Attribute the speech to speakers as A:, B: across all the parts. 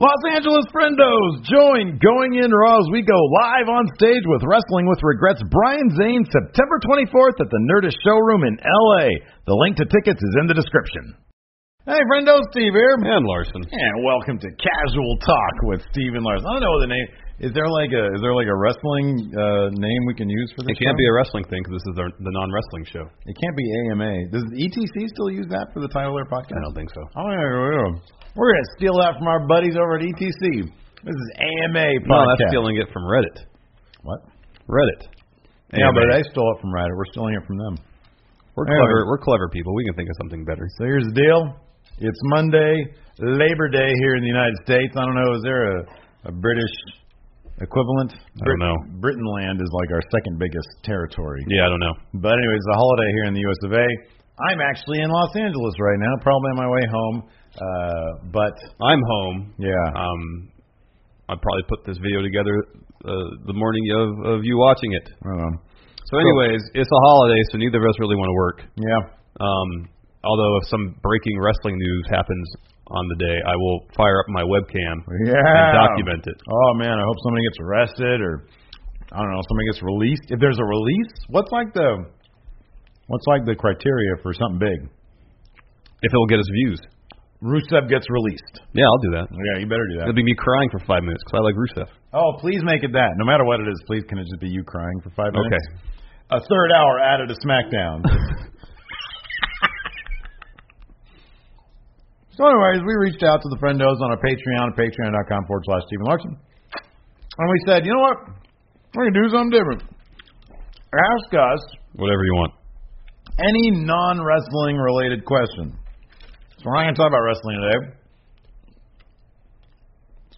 A: Los Angeles friendos, join Going In Raw as we go live on stage with Wrestling with Regrets Brian Zane September 24th at the Nerdist Showroom in LA. The link to tickets is in the description. Hey, friendo, Steve here.
B: And Larson.
A: And welcome to Casual Talk with Steve and Larson. I don't know the name. Is there like a is there like a wrestling uh, name we can use for this?
B: It can't be a wrestling thing because this is our, the non-wrestling show.
A: be. It can't be AMA. Does ETC still use that for the title of their podcast?
B: I don't think so.
A: Oh, yeah, yeah, yeah. We're going to steal that from our buddies over at ETC. This is AMA podcast.
B: No, that's stealing it from Reddit.
A: What?
B: Reddit.
A: Yeah,
B: AMA.
A: but they stole it from Ryder. We're stealing it from them.
B: We're
A: Anyway.
B: clever. We're clever people. We can think of something better.
A: So here's the deal. It's Monday, Labor Day here in the United States. I don't know, is there a, a British equivalent?
B: I don't know.
A: Britain land is like our second biggest territory.
B: Yeah, I don't know.
A: But anyways, the holiday here in the U.S. of A. I'm actually in Los Angeles right now, probably on my way home. Uh, but
B: I'm home.
A: yeah,
B: Um, I probably put this video together uh, the morning of of you watching it.
A: I don't know.
B: So, anyways, it's a holiday, so neither of us really want to work.
A: yeah.
B: Um, although if some breaking wrestling news happens on the day, I will fire up my webcam and
A: Yeah.
B: document it.
A: Oh man, I hope somebody gets arrested or I don't know, somebody gets released. If there's a release, what's like the what's like the criteria for something big?
B: If it'll get us views.
A: Rusev gets released.
B: Yeah, I'll do that.
A: Yeah, you better do that.
B: It'll be me crying for five minutes because I like Rusev.
A: Oh, please make it that. No matter what it is, please can it just be you crying for five minutes?
B: Okay.
A: A third hour added to SmackDown. so, anyways, we reached out to the friendos on our Patreon, patreon.com forward slash Stephen Larson. And we said, you know what? We're going to do something different. Ask us
B: Whatever you want.
A: any non wrestling related question. So we're not going to talk about wrestling today.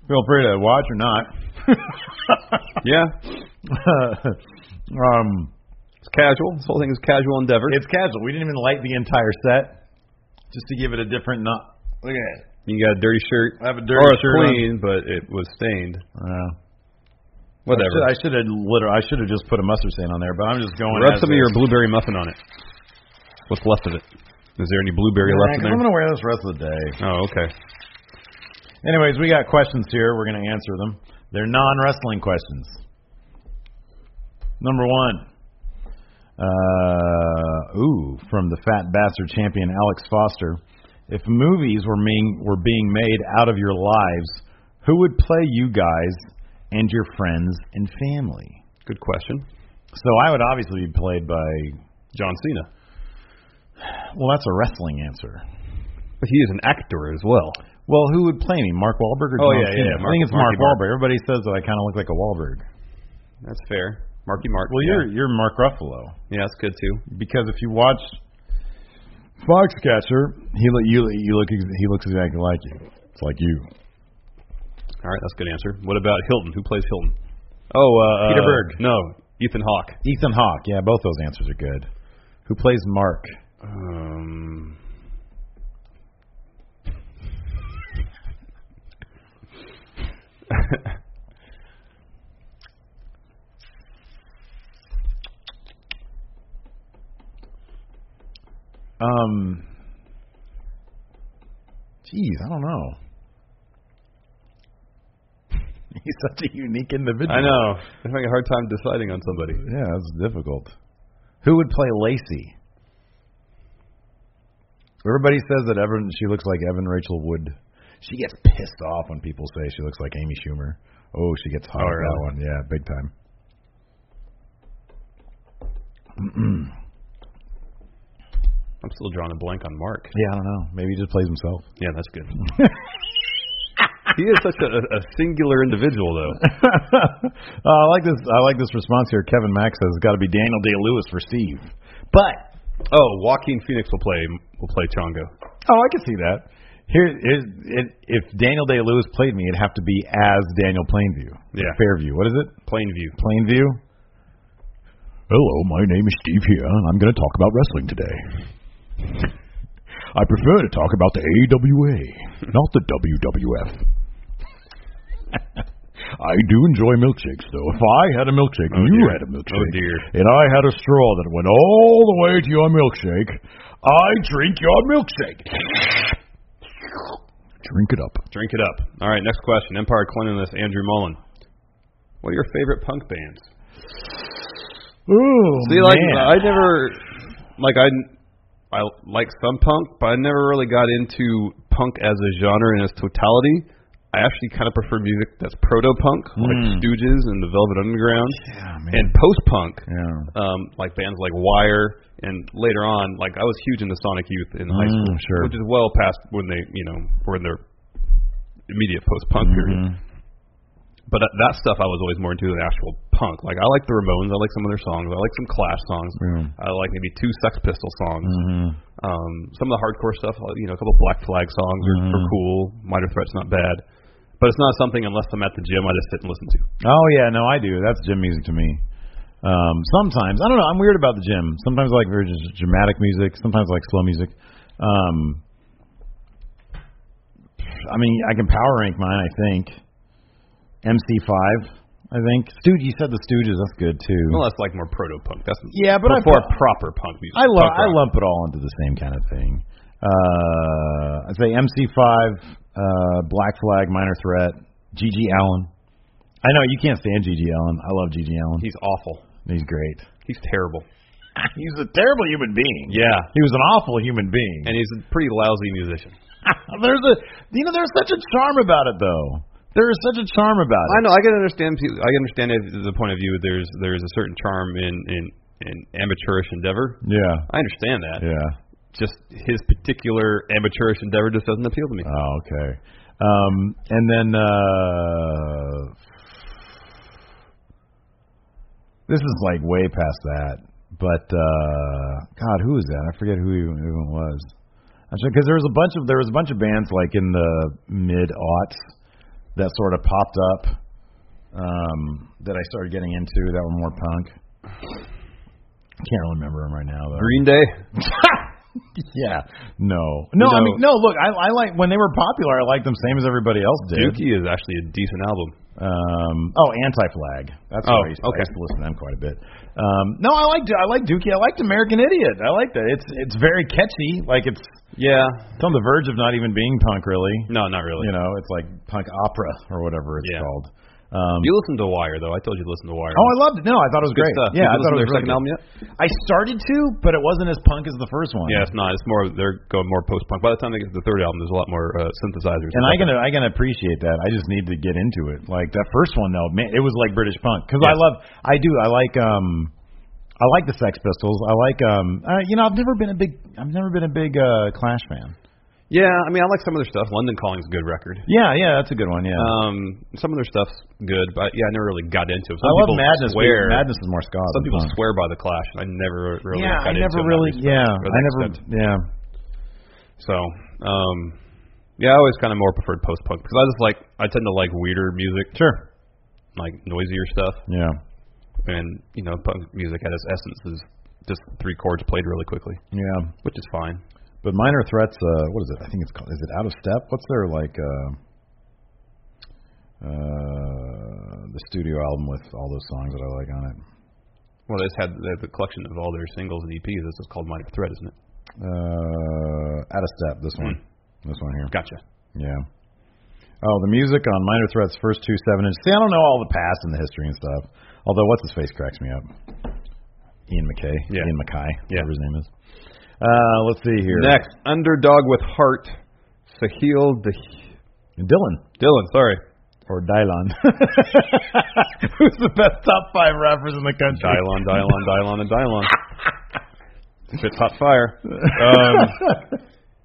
A: Feel free to watch or not.
B: Yeah.
A: um,
B: It's casual. This whole thing is casual endeavor.
A: it's casual. We didn't even light the entire set just to give it a different not. Look at it.
B: you got a dirty shirt.
A: I have a dirty
B: Or it's
A: shirt on.
B: clean, but it was stained.
A: Yeah.
B: Whatever.
A: I should, I should have literally. I should have just put a mustard stain on there, but I'm just going.
B: Rub
A: as
B: some of
A: is.
B: your blueberry muffin on it. What's left of it? Is there any blueberry
A: Yeah,
B: left in
A: 'cause
B: there?
A: I'm gonna wear this rest of the day.
B: Oh, okay.
A: Anyways, we got questions here. We're gonna answer them. They're non-wrestling questions. Number one. Uh, ooh, from the Fat Bastard champion Alex Foster. If movies were being were being made out of your lives, who would play you guys and your friends and family?
B: Good question.
A: So I would obviously be played by
B: John Cena.
A: Well, that's a wrestling answer.
B: But he is an actor as well.
A: Well, who would play me? Mark Wahlberg or
B: Oh,
A: John
B: yeah, yeah,
A: Cena?
B: yeah,
A: I
B: Mark-
A: think it's Mark
B: Marky Mark.
A: Wahlberg. Everybody says that I kind of look like a Wahlberg.
B: That's fair. Marky Mark.
A: Well,
B: yeah.
A: you're you're Mark Ruffalo
B: Yeah, that's good too.
A: because if you watch Foxcatcher, he look you you look ex- he looks exactly like you. It's like you.
B: All right, that's a good answer. What about Hilton? Who plays Hilton? Oh, uh,
A: Peter
B: uh,
A: Berg.
B: No, Ethan Hawke.
A: Ethan Hawke. Yeah, both those answers are good. Who plays Mark?
B: Um,
A: Um. Geez, I don't know. He's such a unique individual.
B: I know. I'm having a hard time deciding on somebody.
A: Yeah, that's difficult. Who would play Lacey? Everybody says that Evan she looks like Evan Rachel Wood. She gets pissed off when people say she looks like Amy Schumer. Oh, she gets hot
B: Oh,
A: at that
B: really?
A: one. Yeah, big time.
B: I'm still drawing a blank on Mark.
A: Yeah, I don't know. Maybe he just plays himself.
B: Yeah, that's good. he is such a, a singular individual, though.
A: Uh, I like this. I like this response here. Kevin Max says it's got to be Daniel Day Lewis for Steve. But
B: Oh, Joaquin Phoenix will play will play Chongo.
A: oh, I can see that. Here is it, if Daniel Day Lewis played me, it'd have to be as Daniel Plainview.
B: Yeah.
A: Fairview. What is it?
B: Plainview.
A: Plainview. Hello, my name is Steve here, and I'm going to talk about wrestling today. I prefer to talk about the AWA, not the WWF. I do enjoy milkshakes, though. If I had a milkshake, and you
B: dear.
A: had a milkshake,
B: Oh, dear.
A: and I had a straw that went all the way to your milkshake, I drink your milkshake. Drink it up.
B: Drink it up. All right, next question. Empire Cleanliness, Andrew Mullen. What are your favorite punk bands?
A: Ooh,
B: See, like
A: Oh, man.
B: I never, like I, I like some punk, but I never really got into punk as a genre in its totality. I actually kind of prefer music that's proto-punk, like
A: Mm.
B: Stooges and the Velvet Underground,
A: Yeah, man.
B: and post-punk,
A: yeah.
B: um, like bands like Wire, and later on, like I was huge into Sonic Youth in high
A: Mm,
B: school,
A: sure.
B: which is well past when they, you know, were in their immediate post-punk period.
A: Mhm.
B: But that, that stuff I was always more into than actual punk. Like I like the Ramones, I like some of their songs, I like some Clash songs,
A: Yeah.
B: I like maybe two Sex Pistol songs,
A: Mhm.
B: um, some of the hardcore stuff. like, You know, a couple Black Flag songs are, are
A: Mhm.
B: cool. Minor Threat's not bad, but it's not something unless I'm at the gym I just sit and listen to.
A: Oh yeah, no, I do. That's gym music to me. Um, sometimes I don't know. I'm weird about the gym. Sometimes I like very just dramatic music. Sometimes I like slow music. Um, I mean, I can power rank mine. I think MC5. I think Stooge. You said the Stooges. That's good too.
B: Well, that's like more proto punk. That's
A: Yeah, but I
B: before
A: pro-
B: proper punk music.
A: I love I
B: punk rock.
A: lump it all into the same kind of thing. Uh, I'd say MC5, uh, Black Flag, Minor Threat, GG Allen. I know you can't stand GG Allen. I love GG Allen.
B: He's awful.
A: He's great.
B: He's terrible.
A: He's a terrible human being.
B: Yeah,
A: He was an awful human being.
B: and he's a pretty lousy musician.
A: there's a you know there's such a charm about it though. There is such a charm about
B: I
A: it.
B: know. I can understand. pe- I can understand it, the point of view. There's there's a certain charm in in, in amateurish endeavor.
A: Yeah.
B: I understand that.
A: Yeah.
B: Just his particular amateurish endeavor just doesn't appeal to me.
A: Oh, okay. Um, and then uh, this is like way past that, but uh, God, who was that? I forget who even, who it was. Because there was a bunch of there was a bunch of bands like in the mid aughts that sort of popped up um, that I started getting into that were more punk. Can't really remember them right now though.
B: Green Day.
A: Yeah. No. No, I
B: No.
A: mean no, look, I I like when they were popular, I liked them same as everybody else did.
B: Dookie is actually a decent album.
A: Um oh, Anti Flag. That's
B: Oh,
A: what I used, to-
B: okay.
A: I used to listen to them quite a bit. Um no, I like I like Dookie. I liked American Idiot. I like that. It's it's very catchy. Like it's
B: Yeah.
A: it's on the verge of not even being punk really.
B: No, not really.
A: You know, it's like punk opera or whatever it's
B: Yeah.
A: called. Um
B: You listen to Wire though. I told you to listen to Wire.
A: Oh, I loved it. No, I thought it was
B: Good
A: great.
B: stuff.
A: Yeah,
B: Did you
A: I thought it was
B: listen to
A: really
B: their second album
A: good.
B: yet?
A: I started to, but it wasn't as punk as the first one.
B: Yeah, it's not. It's more. They're going more post punk. By the time they get to the third album, there's a lot more uh, synthesizers.
A: And I
B: stuff.
A: can I can appreciate that. I just need to get into it. Like that first one though, man, it was like British punk because I
B: Yes.
A: love I do I like um I like the Sex Pistols. I like um uh, you know I've never been a big I've never been a big uh Clash fan.
B: Yeah, I mean, I like some of their stuff. London Calling's a good record.
A: Yeah, yeah, that's a good one. Yeah,
B: Um, some of their stuff's good, but yeah, I never really got into it. Some
A: I love
B: people
A: Madness. but
B: Swear,
A: Madness is more ska.
B: Some
A: than
B: people
A: punk.
B: swear by the Clash, and I never really.
A: yeah,
B: got
A: I
B: into
A: never
B: it in that
A: really.
B: respect,
A: Yeah,
B: or
A: I
B: that
A: never.
B: extent.
A: Yeah,
B: So, um, yeah, I always kind of more preferred post punk because I just like I tend to like weirder music,
A: sure.
B: like noisier stuff,
A: Yeah,
B: and you know, punk music at its essence is just three chords played really quickly,
A: yeah.
B: which is fine.
A: But Minor Threats, uh, what is it? I think it's called. Is it Out of Step? What's their like uh, uh, the studio album with all those songs that I like on it?
B: Well, they just had they have the collection of all their singles and EPs. This is called Minor Threat, isn't it?
A: Uh, Out of Step. This one.
B: Hmm.
A: This one here.
B: Gotcha.
A: Yeah. Oh, the music on Minor Threats' first two seven inch. See, I don't know all the past and the history and stuff. Although, what's his face cracks me up. Ian McKay.
B: Yeah.
A: Ian McKay.
B: Yeah.
A: Whatever his name is. Uh, let's see here.
B: Next, underdog with heart, Sahil Dah-
A: Dylan.
B: Dylan. Sorry,
A: or Dylon. Who's the best top five rappers in the country?
B: Dylon, Dylon, Dylon, and Dylon. Spit hot fire. Um,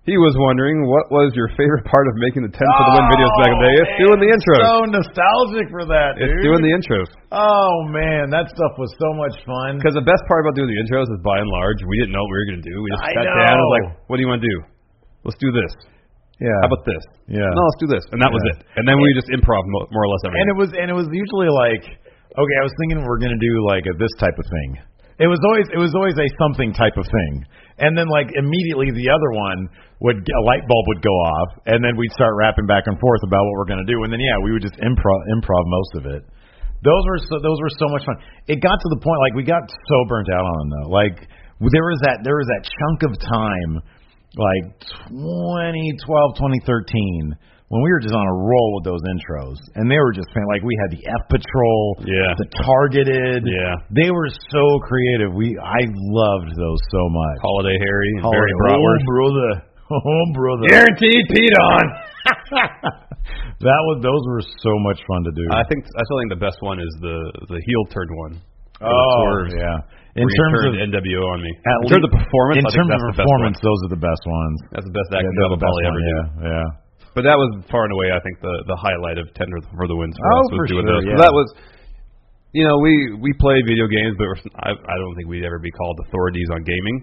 B: he was wondering what was your favorite part of making the 10 for the win videos back in the day. It's
A: man,
B: doing the intros.
A: Oh, So nostalgic for that, dude.
B: it's doing the intros.
A: oh man, that stuff was so much fun.
B: Because the best part about doing the intros is, by and large, we didn't know what we were going to do. We just
A: I
B: sat down and was
A: know.
B: like, "What do you want to do? Let's do this."
A: Yeah.
B: How about this?
A: Yeah.
B: No, let's do this. And that was
A: Yeah.
B: it. And then we just improv mo- more or less everything.
A: And it was and it was usually like okay, I was thinking we're gonna do like a, this type of thing. It was always it was always a something type of thing. And then like immediately the other one would a light bulb would go off, and then we'd start rapping back and forth about what we're gonna do. And then yeah, we would just improv improv most of it. Those were so, those were so much fun. It got to the point like we got so burnt out on them though. Like there was that there was that chunk of time like 2012 2013 when we were just on a roll with those intros and they were just fan- like we had the F Patrol
B: Yeah.
A: the targeted
B: Yeah.
A: they were so creative we I loved those so much
B: Holiday Harry and
A: Holy-
B: Barry Bratwurst.
A: oh brother oh brother
B: Guaranteed peed on.
A: that was those were so much fun to do
B: I think I still think the best one is the the heel turned one.
A: oh yeah in
B: In
A: terms of
B: NWO on me.
A: at
B: in terms of
A: least-
B: performance,
A: in
B: I think
A: terms of
B: that's the
A: performance
B: best
A: those are the best ones
B: one. That's the best
A: Yeah,
B: action
A: they're
B: job
A: the
B: I'll
A: best
B: probably ever
A: one,
B: do.
A: yeah yeah
B: But that was far and away, I think, the the highlight of Tender for the Wins for
A: Oh,
B: us was
A: for sure,
B: doing those.
A: yeah.
B: That was, you know, we we play video games, but we're, I I don't think we'd ever be called authorities on gaming.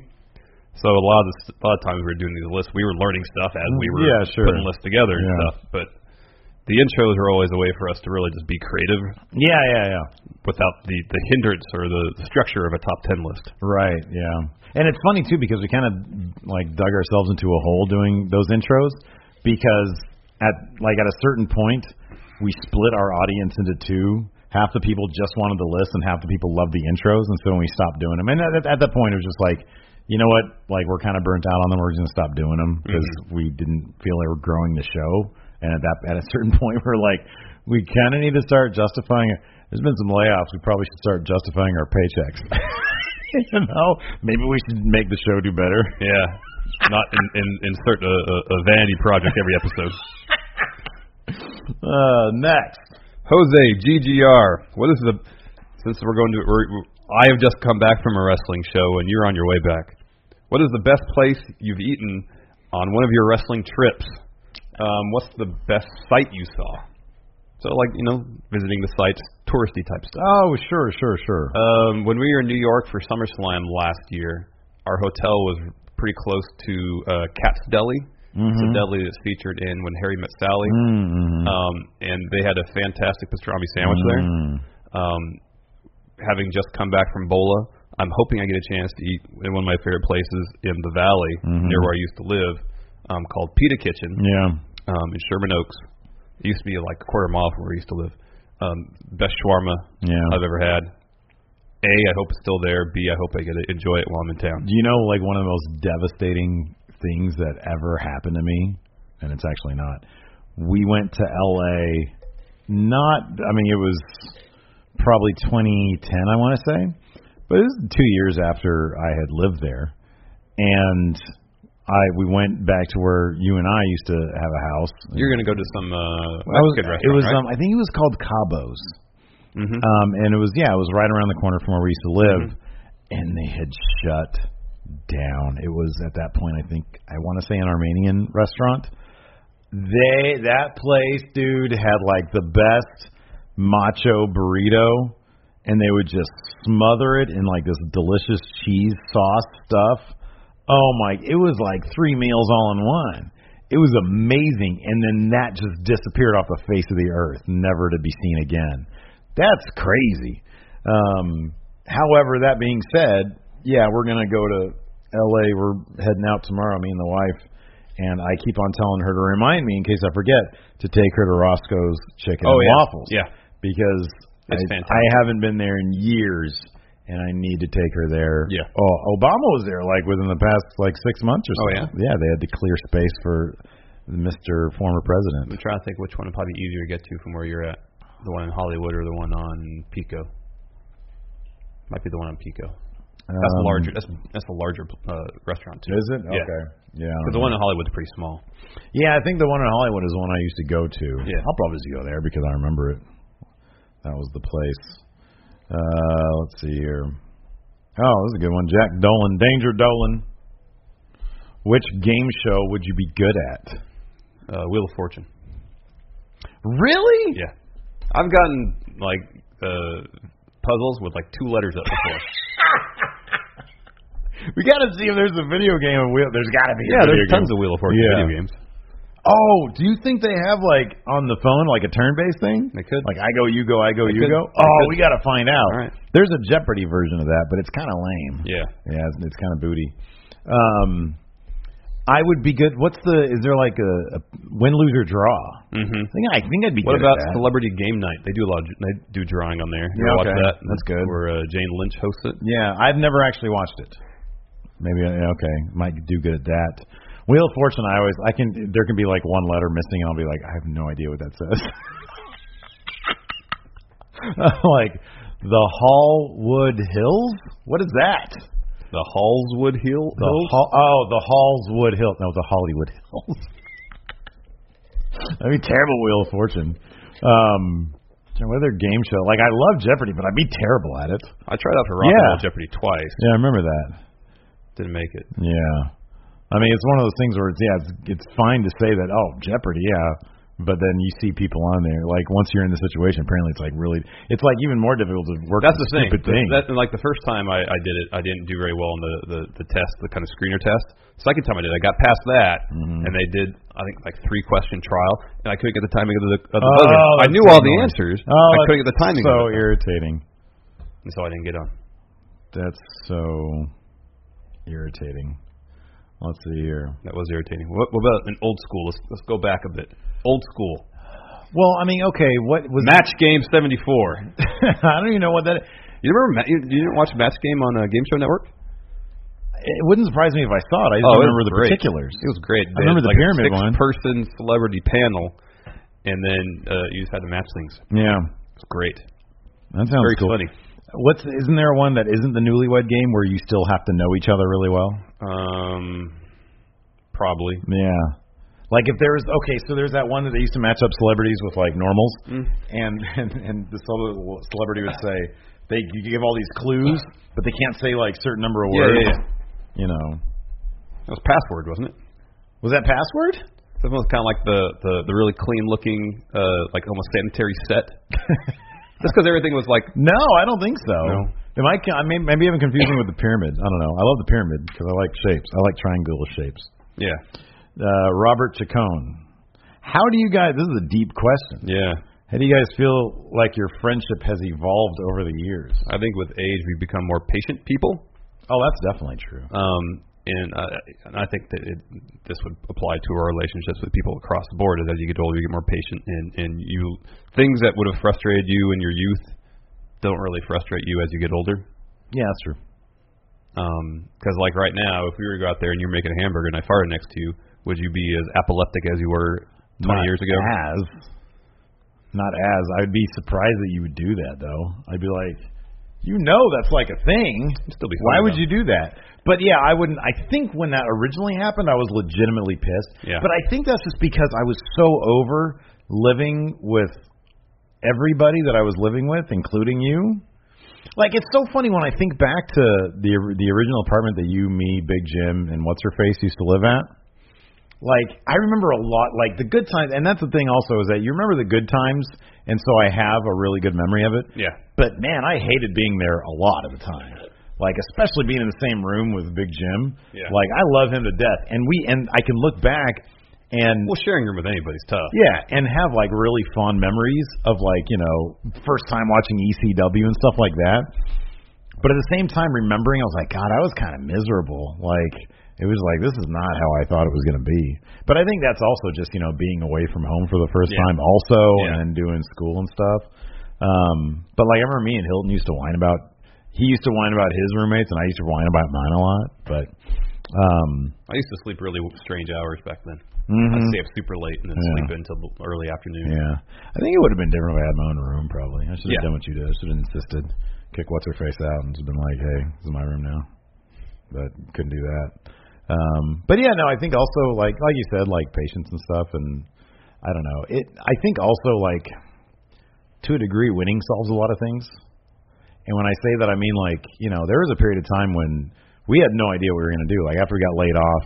B: So a lot of this, a lot of times we were doing these lists, we were learning stuff as we were
A: Yeah, sure.
B: putting lists together and
A: Yeah.
B: stuff. But the intros were always a way for us to really just be creative
A: yeah yeah yeah
B: without the the hindrance or the, the structure of a top ten list.
A: Right, yeah. And it's funny too because we kind of like dug ourselves into a hole doing those intros because at like at a certain point we split our audience into two. Half the people just wanted the list and half the people loved the intros and so when we stopped doing them. And at, at that point it was just like you know what? Like we're kind of burnt out on them. We're just gonna stop doing them because we didn't feel they were growing the show. And at that, at a certain point, we're like, we kind of need to start justifying it. There's been some layoffs. We probably should start justifying our paychecks. you know, maybe we should make the show do better.
B: Yeah. Not in, in, insert a, a, a vanity project every episode.
A: Uh, next,
B: Jose GGR. What is the? Since we're going to, we're, I have just come back from a wrestling show, and you're on your way back. What is the best place you've eaten on one of your wrestling trips? Um, what's the best site you saw? So, like you know, visiting the sites, touristy type stuff.
A: oh sure, sure, sure.
B: Um, when we were in New York for SummerSlam last year, our hotel was pretty close to uh, Cat's Deli. It's a deli that's featured in When Harry Met Sally.
A: Mm-hmm. Mm,
B: Um, and they had a fantastic pastrami sandwich
A: mm.
B: there. Um, having just come back from Bola, I'm hoping I get a chance to eat in one of my favorite places in the valley
A: Mm-hmm.
B: near where I used to live um, called Pita Kitchen
A: Yeah,
B: um, in Sherman Oaks. It used to be like a quarter mile from where I used to live. Um, best shawarma
A: Yeah.
B: I've ever had. A, I hope it's still there. B, I hope I get to enjoy it while I'm in town.
A: do you know like one of the most devastating things that ever happened to me? And it's actually not. We went to L.A. Not, I mean, it was probably 2010, I want to say, but it was two years after I had lived there, and I we went back to where you and I used to have a house.
B: You're gonna go to some
A: I
B: uh,
A: was,
B: Mexican
A: it
B: restaurant,
A: was
B: right?
A: um, I think it was called Cabos.
B: Mhm.
A: Um, and it was yeah, it was right around the corner from where we used to live,
B: Mm-hmm.
A: and they had shut down. It was at that point, I think, I want to say an Armenian restaurant. They that place, dude, had like the best macho burrito, and they would just smother it in like this delicious cheese sauce stuff. Oh my! It was like three meals all in one. It was amazing, and then that just disappeared off the face of the earth, never to be seen again. That's crazy. Um, however, that being said, yeah, we're gonna go to L.A. We're heading out tomorrow, me and the wife, and I keep on telling her to remind me in case I forget to take her to Roscoe's Chicken
B: Oh,
A: and
B: yeah.
A: Waffles.
B: Yeah.
A: because I,
B: It's
A: I
B: fantastic.
A: haven't been there in years, and I need to take her there.
B: Yeah.
A: Oh, Obama was there like within the past like six months or so.
B: Oh, yeah?
A: Yeah, they had to clear space for Mr. Former
B: I'm
A: President.
B: trying to think which one would probably be easier to get to from where you're at. The one in Hollywood or the one on Pico? Might be the one on Pico. That's
A: Um,
B: larger. That's that's a larger uh, restaurant too.
A: Is it?
B: Yeah.
A: Okay. Yeah. I
B: 'Cause
A: don't know.
B: the one in Hollywood's pretty small.
A: Yeah, I think the one in Hollywood is the one I used to go to.
B: Yeah.
A: I'll probably just go there because I remember it. That was the place. Uh, let's see here. Oh, this is a good one. Jack Dolan, Danger Dolan. Which game show would you be good at?
B: Uh, Wheel of Fortune.
A: Really?
B: Yeah. I've gotten like uh puzzles with like two letters up before.
A: We got to see if there's a video game of Wheel. There's got to be. a
B: yeah,
A: video
B: there's
A: game.
B: tons of Wheel of Fortune
A: Yeah.
B: video games.
A: Oh, do you think they have like on the phone like a turn-based thing?
B: They could.
A: Like I go, you go, I go,
B: They
A: you
B: could.
A: go.
B: They
A: Oh,
B: could.
A: we gotta find out.
B: All right.
A: There's a Jeopardy version of that, but it's kind of lame.
B: Yeah.
A: Yeah, it's, it's kind of booty. Um, I would be good. What's the? Is there like a, a win, lose, or draw?
B: Mm-hmm.
A: I think I think I'd be
B: What
A: good
B: about
A: at that.
B: celebrity game night? They do a lot. Of, they do drawing on there. You
A: Yeah,
B: ever watch
A: okay.
B: that.
A: That's good.
B: Where uh, Jane Lynch hosts it.
A: yeah, I've never actually watched it. Maybe I- okay, might do good at that. Wheel of Fortune, I always I can. There can be like one letter missing, and I'll be like, I have no idea what that says. like the Hallwood Hills. What is that?
B: The Hallswood Hill.
A: The
B: Hills?
A: Hall, oh, the Hallswood Hills. No, the Hollywood Hills. That'd be terrible Wheel of Fortune. Um, what other game show? Like, I love Jeopardy, but I'd be terrible at it.
B: I tried out for Rock
A: Yeah.
B: and Roll Jeopardy twice.
A: Yeah, I remember that.
B: Didn't make it.
A: Yeah. I mean, it's one of those things where it's yeah, it's, it's fine to say that oh Jeopardy, yeah, but then you see people on there like once you're in the situation, apparently it's like really, it's like even more difficult to work.
B: That's
A: on
B: the thing.
A: Stupid thing.
B: That, like the first time I, I did it, I didn't do very well in the, the the test, the kind of screener test. Second time I did, I got past that,
A: Mm-hmm.
B: and they did I think like three question trial, and I couldn't get the timing of the of the
A: Oh,
B: buzzer. I
A: that's
B: knew all the
A: annoying.
B: answers,
A: Oh,
B: I
A: that's
B: couldn't get the timing
A: So
B: of it,
A: irritating.
B: and so I didn't get on.
A: That's so irritating. Let's see here.
B: That was irritating. What, what about an old school? Let's let's go back a bit. Old school
A: Well, I mean, okay, what was
B: match game seventy four.
A: I don't even know what that.
B: You remember? Ma- You, you didn't watch Match Game on uh, Game Show Network?
A: It wouldn't surprise me if I saw it. I just
B: Oh, it was
A: remember the
B: great.
A: particulars.
B: It was great. They
A: remember the
B: had, like,
A: pyramid
B: a
A: one.
B: Person celebrity panel, and then uh, you just had to match things.
A: Yeah,
B: It's great.
A: that sounds
B: Very
A: cool.
B: funny.
A: What's isn't there one that isn't the newlywed game where you still have to know each other really well?
B: Um, probably.
A: Yeah. Like if there was okay, so there's that one that they used to match up celebrities with like normals,
B: Mm.
A: and, and and the cele- celebrity would say they you give all these clues, but they can't say like certain number of
B: Yeah,
A: words.
B: yeah, yeah.
A: You know,
B: That was password, wasn't it?
A: was that password?
B: That was kind of like the, the the really clean looking, uh, like almost sanitary set. That's because everything was like
A: No, I don't think so.
B: No.
A: Am I? I mean, maybe I'm confusing it with the pyramid. I don't know. I love the pyramid because I like shapes. I like triangular shapes.
B: yeah,
A: Uh, Robert Chacon. How do you guys? This is a deep question.
B: yeah.
A: How do you guys feel like your friendship has evolved over the years?
B: I think with age we become more patient people.
A: Oh, that's definitely true.
B: Um, and, uh, and I think that it, this would apply to our relationships with people across the board. Is as you get older, you get more patient, and and you things that would have frustrated you in your youth don't really frustrate you as you get older.
A: Yeah, that's true.
B: Because like right now, if we were to go out there and you were making a hamburger and I farted next to you, would you be as epileptic as you were 20
A: Not
B: years ago?
A: As not as I'd be surprised that you would do that though. I'd be like, you know, that's like a thing.
B: Still be
A: Why
B: funny,
A: would
B: though.
A: you do that? But yeah, I wouldn't. I think when that originally happened, I was legitimately pissed.
B: Yeah.
A: But I think that's just because I was so over living with everybody that I was living with, including you. Like it's so funny when I think back to the the original apartment that you, me, Big Jim, and what's her face used to live at. Like I remember a lot, like the good times, and that's the thing also is that you remember the good times, and so I have a really good memory of it.
B: Yeah.
A: But man, I hated being there a lot of the time. Like especially being in the same room with Big Jim.
B: Yeah.
A: Like I love him to death, and we and I can look back and
B: Well, sharing room with anybody's tough.
A: yeah, and have like really fond memories of like you know first time watching ECW and stuff like that. But at the same time, remembering, I was like, God, I was kind of miserable. Like it was like this is not how I thought it was going to be. But I think that's also just you know being away from home for the first
B: Yeah.
A: time, also, and
B: Yeah.
A: then doing school and stuff. Um, but like I remember me and Hilton used to whine about. He used to whine about his roommates, and I used to whine about mine a lot. But um,
B: I used to sleep really strange hours back then.
A: mhm.
B: I'd stay up super late and then
A: Yeah.
B: sleep until the early afternoon.
A: Yeah. I think it would have been different if I had my own room, probably. I should have
B: Yeah.
A: done what you did. I should have insisted. Kick what's her face out and just been like, hey, this is my room now. But couldn't do that. Um, but yeah, no, I think also like like you said, like patience and stuff, and I don't know. It I think also like to a degree, winning solves a lot of things. And when I say that, I mean like you know there was a period of time when we had no idea what we were going to do. Like after we got laid off,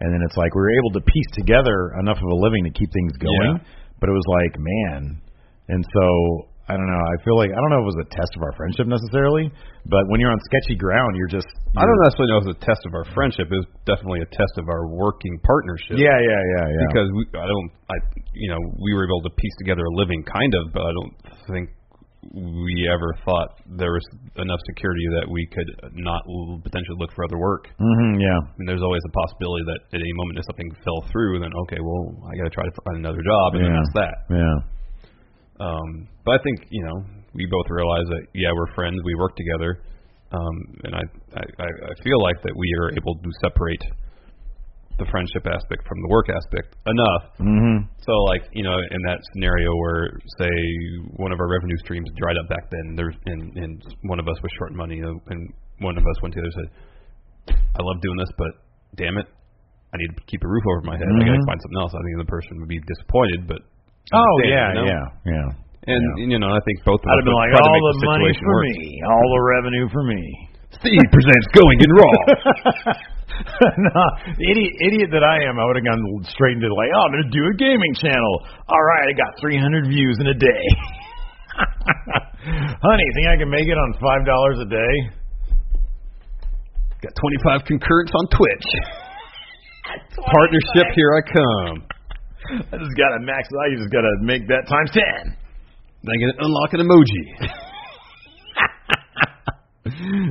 A: and then it's like we were able to piece together enough of a living to keep things going.
B: Yeah.
A: But it was like man, and so I don't know. I feel like I don't know if it was a test of our friendship necessarily, but when you're on sketchy ground, you're just
B: I don't necessarily know if it's a test of our friendship. It's definitely a test of our working partnership.
A: Yeah, yeah, yeah, yeah.
B: Because we, I don't, I, you know, we were able to piece together a living kind of, but I don't think we ever thought there was enough security that we could not l- potentially look for other work.
A: hmm yeah,
B: I mean, there's always a possibility that at any moment if something fell through, then okay, well, I got to try to find another job, and then
A: Yeah.
B: that's that.
A: yeah,
B: Um, but I think you know we both realize that yeah we're friends, we work together, um, and I, I I I feel like that we are able to separate the friendship aspect from the work aspect enough.
A: hmm
B: So like you know in that scenario where say one of our revenue streams dried up back then, there's and and one of us was short money, uh, and one of us went to the other said, I love doing this, but damn it. I need to keep a roof over my head. I gotta
A: Mhm.
B: find something else. I think the other person would be disappointed, but
A: Oh
B: understand,
A: yeah,
B: you know?
A: yeah, yeah.
B: And
A: Yeah.
B: you know, I think both of us
A: I'd have been
B: would
A: like,
B: try to
A: all
B: make
A: the, money
B: situation
A: for
B: work.
A: me, all the revenue for me.
B: Steve presents Going in Raw.
A: no, the idiot, idiot that I am, I would have gone straight into like, oh, I'm gonna do a gaming channel. All right, I got 300 views in a day. Honey, think I can make it on five dollars a day?
B: Got 25 concurrents on Twitch. Partnership, here I come.
A: I just gotta max it out. You just gotta make that times ten.
B: Then I get to unlock an emoji.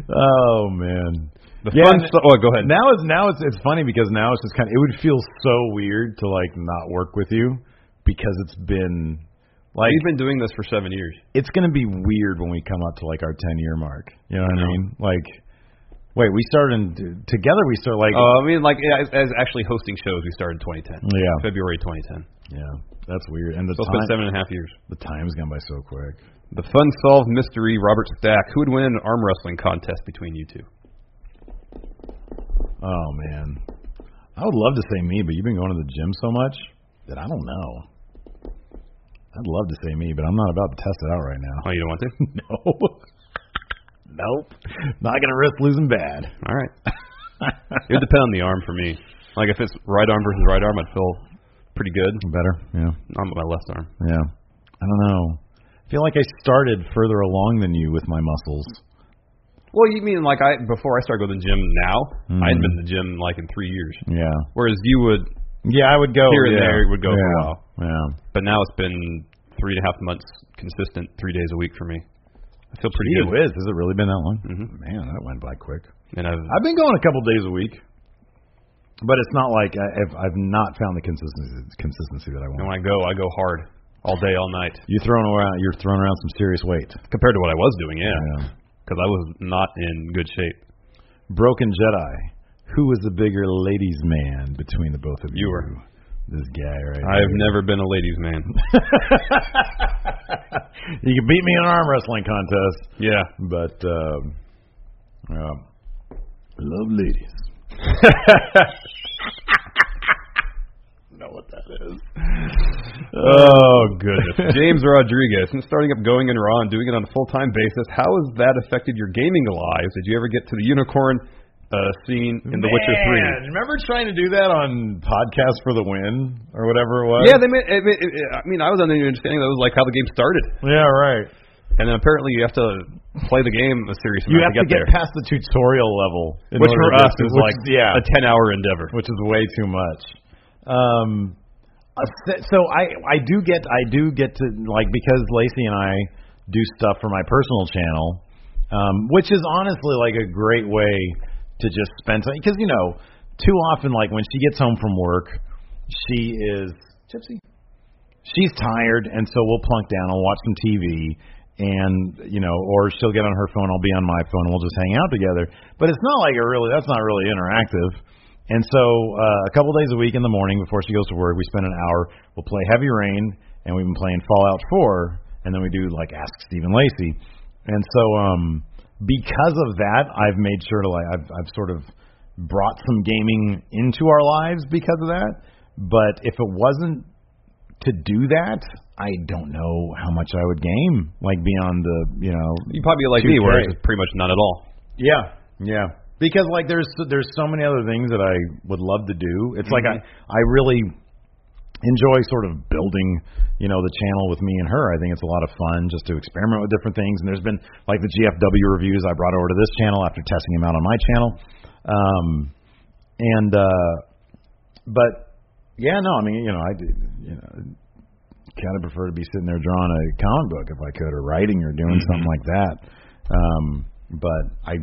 A: Oh man.
B: The
A: Yeah,
B: fun
A: and-
B: stuff. Oh, go ahead.
A: Now it's now it's it's funny because now it's just kind of it would feel so weird to like not work with you because it's been like
B: We've been doing this for seven years.
A: it's going to be weird when we come up to like our 10 year mark. You know what I
B: Yeah.
A: mean? Like, wait, we started in, together. We started like,
B: Uh, I mean, like as, as actually hosting shows, we started in 2010,
A: yeah,
B: February 2010.
A: yeah, that's weird. And the
B: So it's been
A: time,
B: seven and a half years.
A: the time's gone by so quick.
B: The fun solved mystery: Robert Stack. Who would win an arm wrestling contest between you two?
A: Oh man, I would love to say me, but you've been going to the gym so much that I don't know. I'd love to say me, but I'm not about to test it out right now.
B: Oh, you don't want to?
A: no. Nope, not gonna risk losing bad.
B: All right. it would depend on the arm for me. Like if it's right arm versus right arm, I'd feel pretty good.
A: Better, yeah.
B: Not my left arm.
A: Yeah. I don't know. I feel like I started further along than you with my muscles.
B: Well, you mean like I before I started going to the gym now,
A: Mhm.
B: I hadn't been to the gym like in three years.
A: Yeah.
B: Whereas you would
A: Yeah, I would go
B: here and
A: yeah.
B: there it would go
A: yeah.
B: for a while.
A: Yeah.
B: But now it's been three and a half months consistent, three days a week for me. I feel pretty
A: Gee
B: good.
A: whiz, has it really been that long?
B: Mhm.
A: Man, that went by quick.
B: And I've
A: Mm-hmm. I've been going a couple days a week, but it's not like I, I've, I've not found the consistency consistency that I
B: and
A: want.
B: when I go, I go hard. All day, all night.
A: You're throwing around you're throwing around some serious weight.
B: Compared to what I was doing, yeah.
A: Yeah.
B: Because I was not in good shape.
A: Broken Jedi. Who was the bigger ladies' man between the both of you?
B: You were.
A: This guy, right?
B: I have
A: here.
B: never been a ladies' man.
A: You can beat me in an arm wrestling contest.
B: yeah.
A: But um, um, love ladies. know what that is? Oh goodness.
B: James Rodriguez, since starting up Going in Raw and doing it on a full time basis, how has that affected your gaming lives? Did you ever get to the unicorn uh, scene in The Witcher
A: Man, Remember trying to do that on podcast for the win or whatever it was?
B: 3? Yeah, they made, it, it, it, I mean, I was under the understanding that was like how the game started,
A: yeah, right.
B: and then apparently you have to play the game a serious
A: You
B: amount
A: have to
B: to get,
A: get
B: there,
A: past the tutorial level, in
B: which
A: order
B: for
A: to-
B: us is
A: which
B: like
A: yeah,
B: a ten hour endeavor.
A: which is way too much. Um, uh, so I I do get I do get to like because Lacey and I do stuff for my personal channel, um, which is honestly like a great way to just spend time because you know too often like when she gets home from work, she is gypsy. She's tired, and so we'll plunk down. I'll watch some TV, and you know, or she'll get on her phone. I'll be on my phone. and We'll just hang out together. But it's not like a really. That's not really interactive. And so uh, a couple days a week in the morning before she goes to work, we spend an hour. We'll play Heavy Rain, and we've been playing Fallout 4, and then we do like Ask Stephen Lacey. And so um, because of that, I've made sure to like I've I've sort of brought some gaming into our lives because of that. But if it wasn't to do that, I don't know how much I would game like beyond the you know
B: You probably like me,
A: 2K.
B: where it's just pretty much not at all.
A: yeah, yeah. Because like Mm-hmm. there's there's so many other things that I would love to do. It's like I I really enjoy sort of building, you know, the channel with me and her. I think it's a lot of fun just to experiment with different things. And there's been like the GFW reviews I brought over to this channel after testing them out on my channel. Um, and uh, but yeah, no, I mean, you know, I did, you know, kind of prefer to be sitting there drawing a comic book if I could, or writing, or doing something
B: Mm-hmm.
A: like that. Um, but I,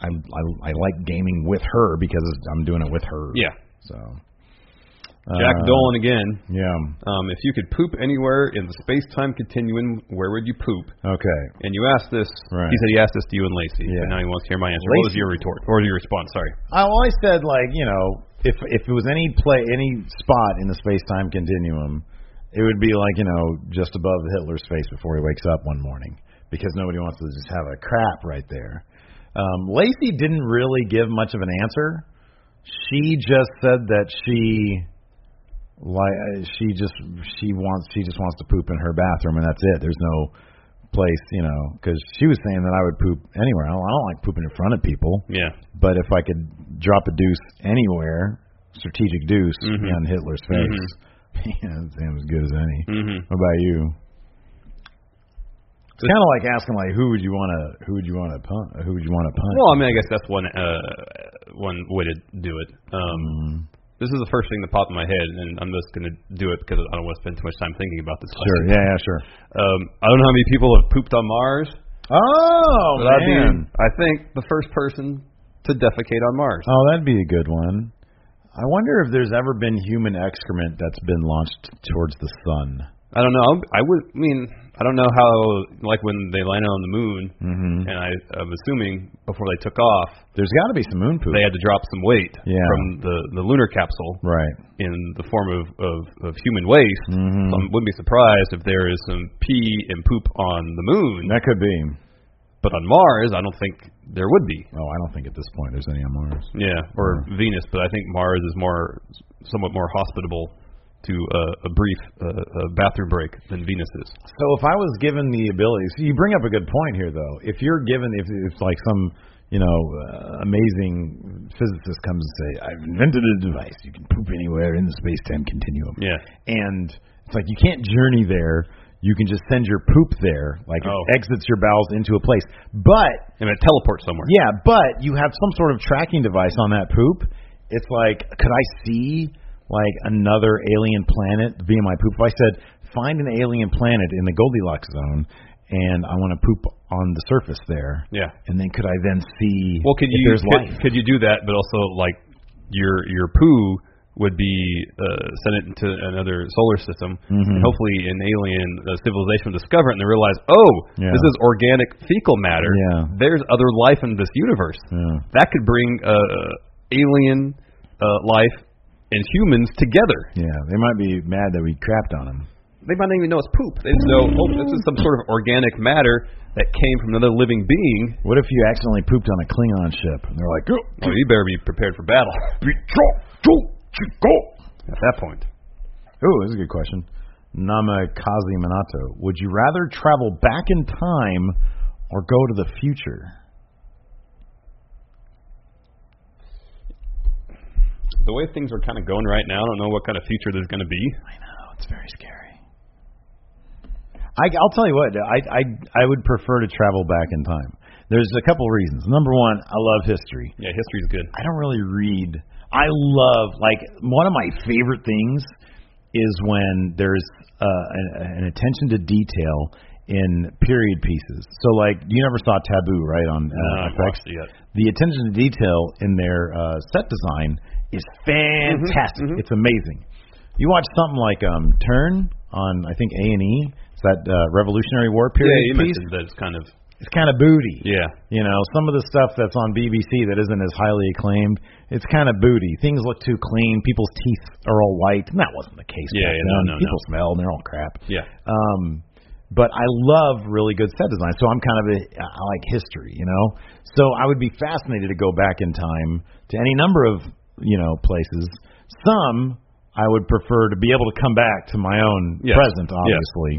A: I, I, I like gaming with her because I'm doing it with her.
B: Yeah.
A: So.
B: Jack
A: uh,
B: Dolan again.
A: Yeah.
B: Um, if you could poop anywhere in the space-time continuum, where would you poop?
A: Okay.
B: And you asked this.
A: Right.
B: He said he asked this to you and Lacey.
A: Yeah.
B: And now he wants to hear my answer. What was
A: Lacey-
B: your retort or your response? Sorry.
A: I always said like you know if if it was any play any spot in the space time continuum, it would be like you know just above Hitler's face before he wakes up one morning because nobody wants to just have a crap right there. Um, Lacey didn't really give much of an answer. She just said that she like she just she wants she just wants to poop in her bathroom and that's it. There's no place you know because she was saying that I would poop anywhere. I don't, I don't like pooping in front of people.
B: Yeah.
A: But if I could drop a deuce anywhere, strategic deuce
B: Mhm.
A: on Hitler's face, man, that's damn as good as any.
B: Mm-hmm.
A: What about you? It's kind of like asking like who would you want to who would you want to punch who would you want to punch?
B: Well, I mean, I guess that's one uh, one way to do it. Um,
A: Mm,
B: this is the first thing that popped in my head, and I'm just going to do it because I don't want to spend too much time thinking about this.
A: sure, yeah, yeah, sure.
B: Um, I don't know how many people have pooped on Mars,
A: Oh
B: but I'd be,
A: man,
B: I think, the first person to defecate on Mars.
A: oh that'd be a good one. I wonder if there's ever been human excrement that's been launched towards the sun.
B: I don't know. I would I mean, I don't know how, like when they landed on the moon,
A: Mm-hmm.
B: and I, I'm assuming before they took off,
A: There's got to be some moon poop,
B: they had to drop some weight
A: Yeah.
B: from the, the lunar capsule
A: right?
B: in the form of, of, of human waste.
A: Mhm.
B: So I wouldn't be surprised if there is some pee and poop on the moon,
A: That could be.
B: but on Mars, I don't think there would be.
A: Oh, I don't think at this point there's any on Mars.
B: Yeah, or Venus, but I think Mars is more, somewhat more hospitable to uh, a brief uh, uh, bathroom break than Venus is.
A: So if I was given the ability, so you bring up a good point here, though. If you're given, if it's like some, you know, uh, amazing physicist comes and say, "I've invented a device you can poop anywhere in the space-time continuum,"
B: Yeah.
A: and it's like you can't journey there. You can just send your poop there, like
B: Oh.
A: it exits your bowels into a place. But
B: And it teleports somewhere.
A: yeah, but you have some sort of tracking device on that poop. It's like, could I see like another alien planet via my poop? If I said, find an alien planet in the Goldilocks zone, and I want to poop on the surface there,
B: Yeah.
A: and then could I then see?
B: Well, could
A: if
B: you
A: There's
B: could,
A: life.
B: could you do that? But also, like your your poo would be uh, sent it into another solar system,
A: Mm-hmm.
B: and hopefully an alien uh, civilization will discover it and they realize, oh,
A: Yeah.
B: this is organic fecal matter.
A: Yeah.
B: There's other life in this universe
A: Yeah.
B: that could bring uh, alien uh, life and humans together.
A: Yeah, they might be mad that we crapped on them.
B: They might not even know it's poop. They just know, oh, this is some sort of organic matter that came from another living being.
A: What if you accidentally pooped on a Klingon ship, and they're like, "Oh,
B: Oh, you better be prepared for battle at that point.
A: Ooh, that's a good question. Namikaze Minato, would you rather travel back in time or go to the future?
B: the way things are kind of going right now, I don't know what kind of future there's going to be.
A: I know it's very scary. I, I'll tell you what, I I I would prefer to travel back in time. There's a couple reasons. Number one, I love history.
B: Yeah, history's good.
A: I don't really read. I love like one of my favorite things is when there's uh, an, an attention to detail in period pieces. So like you never saw Taboo right on
B: Uh,
A: uh,
B: I've
A: FX?
B: watched it yet.
A: the attention to detail in their uh, set design is fantastic.
B: Mm-hmm.
A: It's amazing. You watch something like um, Turn on I think A and E. It's that uh, Revolutionary War period
B: Yeah, you
A: piece.
B: mentioned that it's kind of
A: It's kind of booty.
B: yeah.
A: You know, some of the stuff that's on BBC that isn't as highly acclaimed, it's kind of booty. Things look too clean. People's teeth are all white, and that wasn't the case. back
B: Yeah, yeah, no,
A: then.
B: no, no.
A: People smell, and they're all crap.
B: Yeah.
A: Um, but I love really good set design, so I'm kind of a, I like history, you know. So I would be fascinated to go back in time to any number of you know places. Some I would prefer to be able to come back to my own
B: Yes.
A: present,
B: Yes.
A: obviously.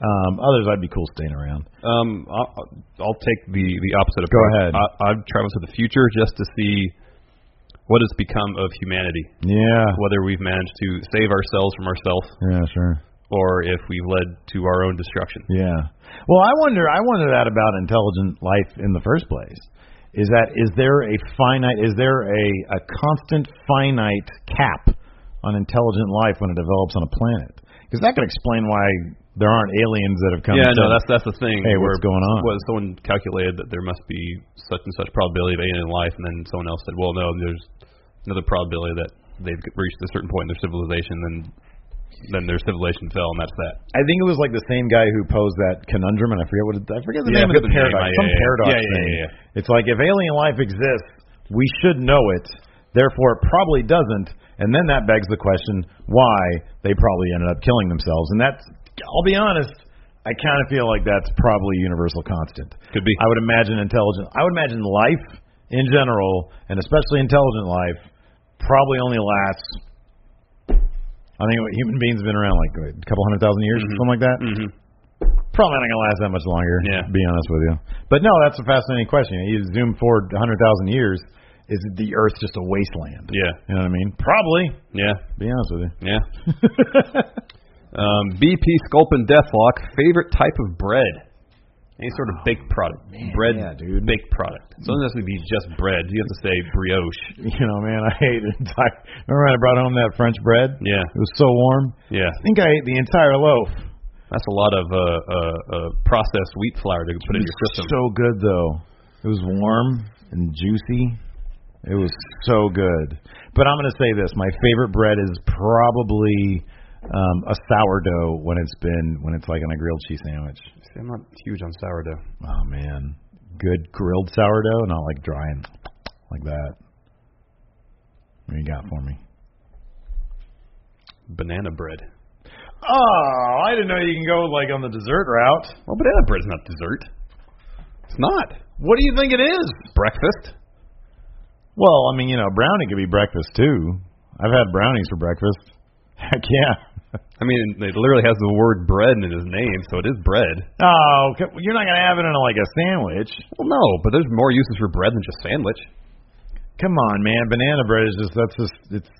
A: Um, others I'd be cool staying around.
B: Um, I'll, I'll take the the opposite
A: Go
B: approach.
A: ahead.
B: I, I've traveled to the future just to see what has become of humanity,
A: Yeah.
B: whether we've managed to save ourselves from ourselves
A: Yeah, sure.
B: or if we've led to our own destruction.
A: Yeah. Well, I wonder. I wonder that about intelligent life in the first place. Is that is there a finite? Is there a a constant finite cap on intelligent life when it develops on a planet? Because that could explain why there aren't aliens that have come.
B: Yeah,
A: to,
B: no, that's that's the thing.
A: Hey, what's going on?
B: Well, someone calculated that there must be such and such probability of alien life, and then someone else said, well, no, there's another probability that they've reached a certain point in their civilization, and then their civilization fell, and that's that.
A: I think it was like the same guy who posed that conundrum, and I forget what it, I forget the
B: Yeah, I
A: name of
B: forget
A: the
B: the name.
A: paradox.
B: Yeah,
A: Some
B: yeah, yeah.
A: paradox
B: Yeah, yeah,
A: thing.
B: yeah,
A: It's like if alien life exists, we should know it. Therefore, it probably doesn't. And then that begs the question: Why they probably ended up killing themselves? And that's I'll be honest. I kind of feel like that's probably a universal constant.
B: Could be.
A: I would imagine intelligent. I would imagine life in general, and especially intelligent life, probably only lasts. I think human beings have been around like what, a couple hundred thousand years or something like that.
B: Mhm.
A: Probably not gonna last that much longer.
B: Yeah.
A: To be honest with you, but no, that's a fascinating question. You zoom forward a hundred thousand years, is the Earth just a wasteland?
B: Yeah,
A: You know what I mean? Probably.
B: yeah,
A: To be honest with you.
B: yeah. Um, BP Sculpin Deathlock, favorite type of bread? Any sort of baked product. bread,
A: Oh, yeah, dude.
B: baked product. So it doesn't have to be just bread. You have to say brioche.
A: you know, man, I hate it. Remember when I brought home that French bread?
B: Yeah,
A: It was so warm.
B: yeah.
A: I think I ate the entire loaf.
B: That's a lot of uh, uh, uh, processed wheat flour to put in your system.
A: so good though. It was warm and juicy. It was so good. But I'm gonna say this: my favorite bread is probably um, a sourdough when it's been when it's like on a grilled cheese sandwich.
B: See, I'm not huge on sourdough.
A: Oh man, good grilled sourdough, not like dry and like that. What you got for me?
B: Banana bread.
A: Oh, I didn't know you can go like on the dessert route.
B: Well, banana bread's not dessert. It's not.
A: What do you think it is?
B: Breakfast.
A: Well, I mean, you know, brownie could be breakfast too. I've had brownies for breakfast. Heck yeah.
B: I mean, it literally has the word bread in its name, so it is bread.
A: Oh, c- you're not gonna have it in like a sandwich.
B: Well, no, but there's more uses for bread than just sandwich.
A: Come on, man. Banana bread is just that's just it's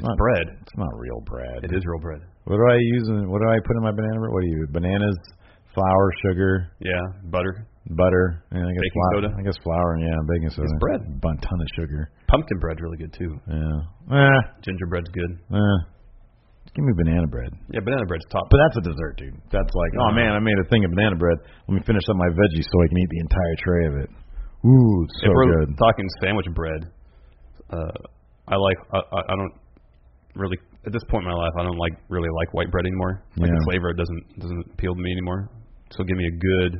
B: It's
A: not-
B: bread.
A: it's not real bread.
B: It is real bread.
A: What do I use? In, what do I put in my banana bread? What do you? Bananas, flour, sugar,
B: Yeah, butter,
A: butter, and I guess
B: Baking
A: flour,
B: soda?
A: I guess flour and yeah, baking soda.
B: bread.
A: Bun ton of sugar.
B: pumpkin bread's really good too.
A: Yeah. Eh,
B: Gingerbread's good.
A: eh. Give me banana bread.
B: Yeah, banana bread's top.
A: But that's a dessert, dude. That's like, oh man, I made a thing of banana bread. Let me finish up my veggies so I can eat the entire tray of it. Ooh, it's so
B: if we're
A: good.
B: talking sandwich bread, uh, I like. I, I I don't really at this point in my life. I don't like really like white bread anymore. Like
A: Yeah.
B: the flavor it doesn't doesn't appeal to me anymore. So give me a good,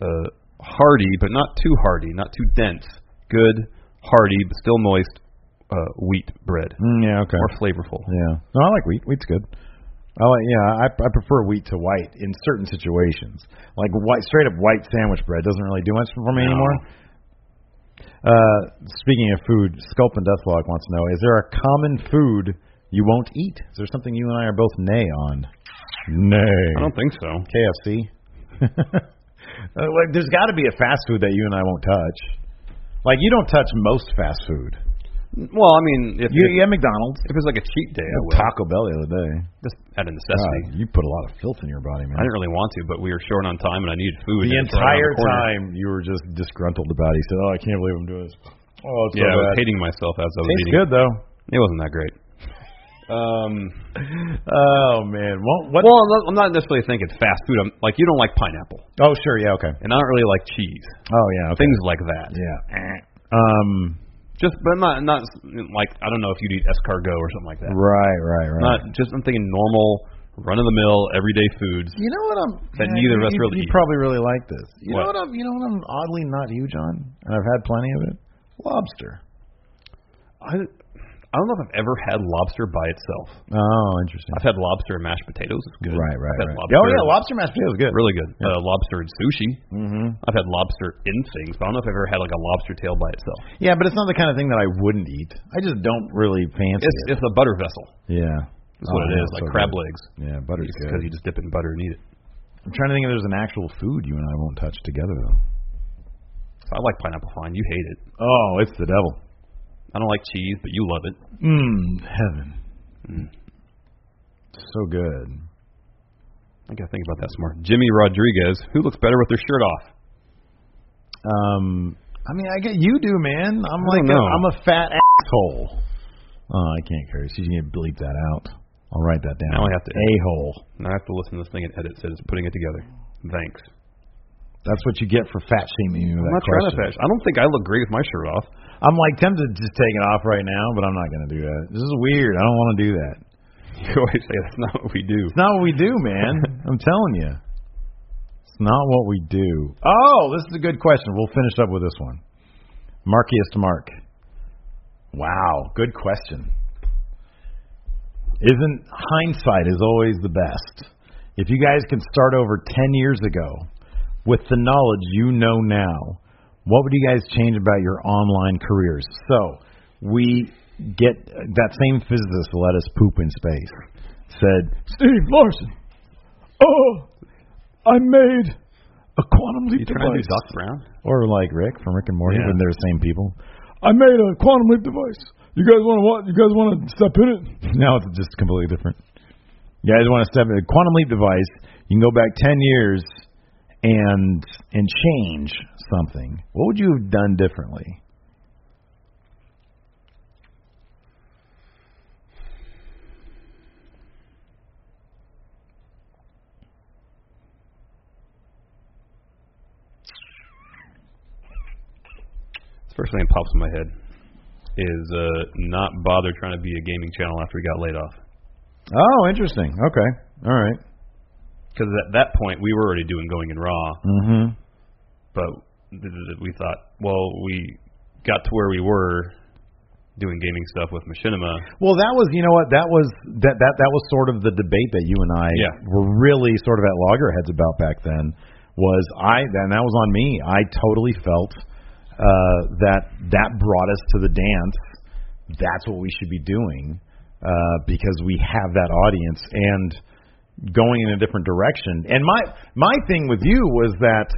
B: uh, hearty but not too hearty, not too dense. Good, hearty but still moist uh, wheat bread.
A: Mm, yeah, okay.
B: More flavorful.
A: Yeah. No, I like wheat. Wheat's good. I like yeah, I I prefer wheat to white in certain situations. Like white straight up white sandwich bread doesn't really do much for me
B: No.
A: anymore. Uh speaking of food, Sculpin Deathlock wants to know, is there a common food you won't eat? Is there something you and I are both nay on? Nay.
B: I don't think so.
A: KFC. Uh, like, there's got to be a fast food that you and I won't touch. Like you don't touch most fast food.
B: Well, I mean, if
A: You,
B: if,
A: you had McDonald's,
B: if it's like a cheat day, I will.
A: Taco Bell the other day.
B: Just out of necessity.
A: God, Uh, you put a lot of filth in your body, man.
B: I didn't really want to, but we were short on time and I needed food.
A: the
B: and it's right around
A: entire
B: the corner.
A: time you were just disgruntled about. it. You said, "Oh, I can't believe I'm doing this." Oh, it's
B: Yeah, I
A: so
B: was
A: bad.
B: hating myself as I was
A: Tastes
B: eating.
A: good though.
B: It wasn't that great. Um,
A: Oh man, well, what?
B: well, I'm not, I'm not necessarily thinking fast food. I'm like, you don't like pineapple,
A: oh sure, yeah, okay.
B: and I don't really like cheese,
A: Oh yeah, okay.
B: things like that.
A: yeah.
B: Eh.
A: Um,
B: Just, but I'm not not like I don't know if you'd eat escargot or something like that.
A: right, right, right.
B: Not just I'm thinking normal, run of the mill, everyday foods.
A: You know what I'm?
B: That
A: Yeah,
B: neither
A: you-
B: of us
A: you-
B: really
A: You
B: eat.
A: probably really like this. You know
B: What?
A: what I'm? You know what I'm oddly not huge on, and I've had plenty of it. Lobster.
B: I I don't know if I've ever had lobster by itself.
A: Oh, interesting.
B: I've had lobster and mashed potatoes. It's good.
A: Right, right,
B: I've had
A: right.
B: lobster-
A: Oh yeah, lobster mashed potatoes is good.
B: Really good. Uh, lobster and sushi.
A: Mm-hmm.
B: I've had lobster in things, but I don't know if I've ever had like a lobster tail by itself.
A: Yeah, but it's not the kind of thing that I wouldn't eat. I just don't really fancy
B: It's
A: it.
B: it's a butter vessel.
A: Oh, Yeah.
B: That's what it is, like crab legs.
A: Yeah, butter's
B: Because
A: good.
B: you just dip it in butter and eat it.
A: I'm trying to think if there's an actual food you and I won't touch together though.
B: So I like pineapple fine. You hate it.
A: Oh, it's the devil.
B: I don't like cheese, but you love it.
A: Mmm, heaven.
B: Mm.
A: So good.
B: I gotta think about that some more. Jimmy Rodriguez, who looks better with their shirt off?
A: Um, I mean, I get you do, man. I'm
B: I
A: like,
B: don't
A: a,
B: know.
A: I'm a fat asshole. Oh, I can't curse. You can bleep that out. I'll write that down.
B: Now I have to-
A: a hole.
B: Now I have to listen to this thing and edit. Says putting it together. Thanks.
A: That's what you get for fat shaming me. With
B: I'm
A: that
B: not trying to
A: question.
B: fetch. I don't think I look great with my shirt off.
A: I'm like tempted to just take it off right now, but I'm not going to do that. This is weird. I don't want to do that.
B: You always say that's not what we do.
A: It's not what we do, man. I'm telling you. It's not what we do. Oh, this is a good question. We'll finish up with this one. Markiest Mark. Wow, good question. Isn't hindsight is always the best? If you guys could start over 10 years ago with the knowledge you know now, what would you guys change about your online careers? So, we get that same physicist who let us poop in space said, Steve Larson, oh, I made a quantum
B: You
A: leap
B: trying to do
A: device.
B: Doc Brown?
A: Or like Rick from Rick and Morty,
B: Yeah.
A: when they're the same people. I made a quantum leap device. You guys want to what? You guys want to step in it? Now it's just completely different. You guys want to step in a quantum leap device? You can go back ten years and and change something. What would you have done differently?
B: The first thing that pops in my head is uh, not bother trying to be a gaming channel after we got laid off.
A: Oh, interesting. Okay, all right.
B: Because at that point we were already doing going in raw,
A: Mm-hmm.
B: but th- th- we thought, well, we got to where we were doing gaming stuff with Machinima.
A: Well, that was you know what that was that that that was sort of the debate that you and I
B: Yeah.
A: were really sort of at loggerheads about back then. Was I and that was on me. I totally felt uh, that that brought us to the dance. That's what we should be doing uh, because we have that audience and going in a different direction. And my my thing with you was that.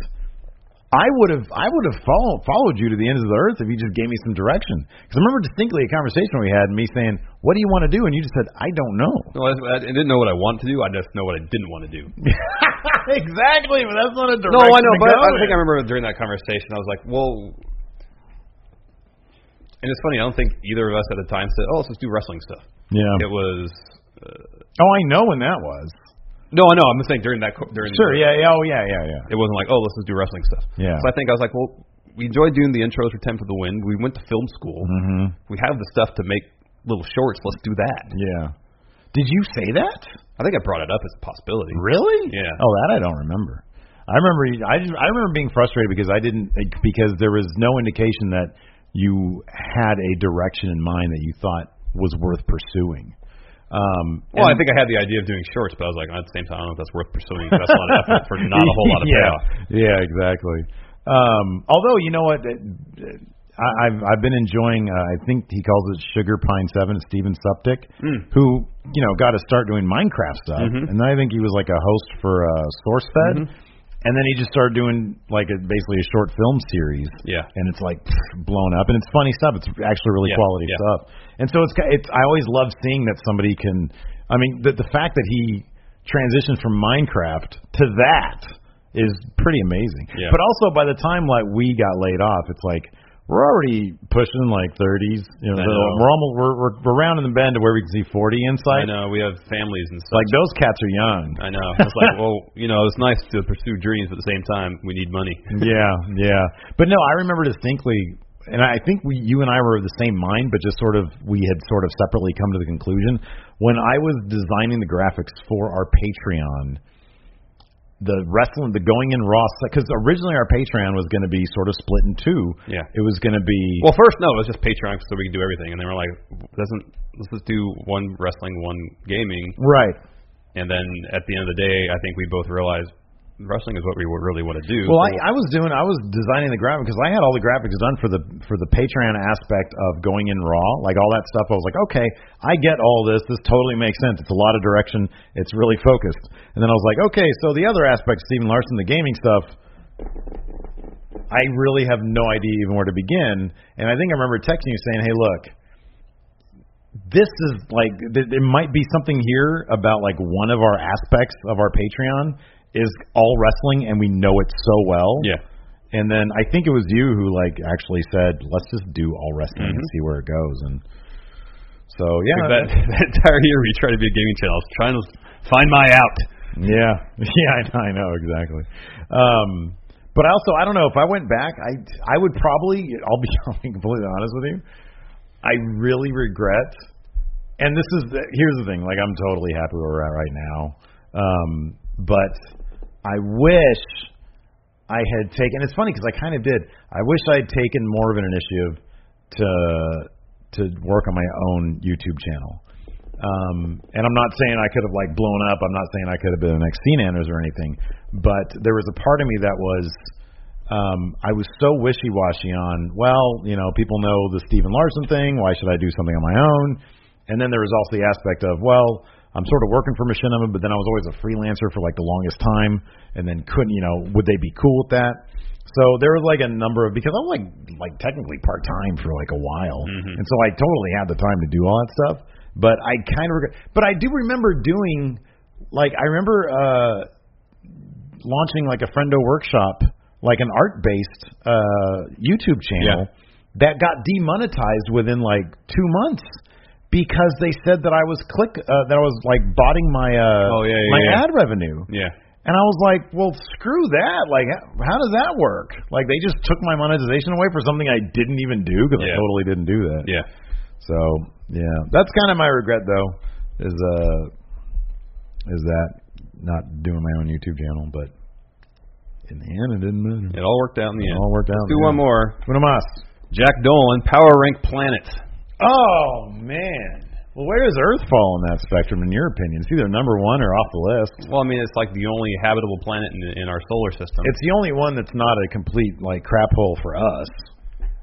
A: I would have I would have followed followed you to the ends of the earth if you just gave me some direction. Because I remember distinctly a conversation we had, and me saying, "What do you want to do?" And you just said, "I don't know."
B: No, I, I didn't know what I wanted to do. I just know what I didn't want to do.
A: exactly, but that's not a direction.
B: No, I know, but I think I remember during that conversation, I was like, well. And it's funny, I don't think either of us at the time said, oh, let's just do wrestling stuff.
A: Yeah.
B: It was.
A: Oh, I know when that was.
B: No, I know. I'm just saying during that. co- During
A: Sure. Yeah. yeah, Oh, yeah. Yeah. Yeah.
B: It wasn't like, oh, let's just do wrestling stuff.
A: Yeah.
B: So I think I was like, well, we enjoyed doing the intros for 10 for the Win. We went to film school.
A: Mm-hmm.
B: We have the stuff to make little shorts. Let's do that.
A: Yeah. Did you say that?
B: I think I brought it up as a possibility.
A: Really?
B: Yeah.
A: Oh, that I don't remember. I remember. you- I just, I remember being frustrated because I didn't eh, because there was no indication that you had a direction in mind that you thought was worth pursuing. Um,
B: Well, I
A: and-
B: think I had the idea of doing shorts, but I was like, at the same time, I don't know if that's worth pursuing. 'cause That's a lot of effort for not a whole lot of
A: yeah.
B: payoff.
A: Yeah, exactly. Um, although you know what, uh, I, I've I've been enjoying. Uh, I think he calls it Sugar Pine Seven. Steven Suptic,
B: Hmm.
A: who you know got to start doing Minecraft stuff,
B: Mhm.
A: and then I think he was like a host for uh, SourceFed,
B: Mm-hmm.
A: and then he just started doing like a, basically a short film series
B: Yeah.
A: and it's like pff, blown up and it's funny stuff it's actually really
B: Yeah,
A: quality
B: yeah.
A: stuff and so it's ki- it's i always love seeing that somebody can i mean the the fact that he transitioned from minecraft to that is pretty amazing
B: Yeah.
A: but also by the time like we got laid off it's like we're already pushing like 30s you know,
B: I know.
A: we're almost we're, we're we're rounding the bend to where we can see 40
B: I
A: inside
B: know. We have families and stuff.
A: like those cats are young
B: I know. It's like, well, you know, it's nice to pursue dreams, but at the same time, we need money.
A: yeah, yeah. But no, I remember distinctly, and I think we, you and I were of the same mind, but just sort of we had sort of separately come to the conclusion when I was designing the graphics for our Patreon. The wrestling, the going in Raw, because originally our Patreon was going to be sort of split in two.
B: Yeah.
A: it was going to be
B: Well, first, no, it was just Patreon so we could do everything. And they were like, doesn't let's just do one wrestling, one gaming.
A: right.
B: And then at the end of the day, I think we both realized wrestling is what we would really want to do.
A: Well,
B: So-
A: I, I was doing, I was designing the graphic because I had all the graphics done for the for the Patreon aspect of going in raw, like all that stuff. I was like, okay, I get all this. This totally makes sense. It's a lot of direction. It's really focused. And then I was like, okay, so the other aspect, Stephen Larson, the gaming stuff. I really have no idea even where to begin. And I think I remember texting you saying, "Hey, look, this is like th- there might be something here about like one of our aspects of our Patreon is all wrestling, and we know it so well."
B: Yeah.
A: And then I think it was you who like actually said, "Let's just do all wrestling and see where it goes." And so yeah,
B: That, that entire year we tried to be a gaming channel. I was trying to find my out.
A: Yeah, yeah, I know, I know exactly. Um, but I also, I don't know if I went back, I I would probably, I'll be, I'll be completely honest with you, I really regret. And this is the, here's the thing, like I'm totally happy where we're at right now, um, but I wish I had taken. It's funny because I kind of did. I wish I had taken more of an initiative to to work on my own YouTube channel. Um, and I'm not saying I could have like blown up. I'm not saying I could have been the next Cnanners or anything. But there was a part of me that was, um, I was so wishy-washy on. Well, you know, people know the Stephen Larson thing. Why should I do something on my own? And then there was also the aspect of, well, I'm sort of working for Machinima, but then I was always a freelancer for like the longest time, and then couldn't, you know, would they be cool with that? So there was like a number of because I'm like like technically part time for like a while, and so I totally had the time to do all that stuff. But I kind of regret. But I do remember doing like I remember uh launching like a friendo workshop, like an art based uh YouTube channel that got demonetized within like two months because they said that I was click uh, that I was like botting my uh
B: Oh, yeah, yeah,
A: my
B: yeah.
A: ad revenue.
B: Yeah.
A: And I was like, well, screw that. Like, h- how does that work? Like, they just took my monetization away for something I didn't even do because I
B: Yeah.
A: totally didn't do that.
B: Yeah.
A: So, yeah, that's kind of my regret though, is uh, is that not doing my own YouTube channel. But in the end, it didn't matter.
B: It all worked out in the
A: It
B: end.
A: all worked out.
B: Let's do
A: yeah.
B: one more.
A: Uno más.
B: Jack Dolan, Power Rank Planets.
A: Oh man. Well, where does Earth fall in that spectrum, in your opinion? It's either number one or off the list.
B: Well, I mean, it's like the only habitable planet in, in our solar system.
A: It's the only one that's not a complete like crap hole for us.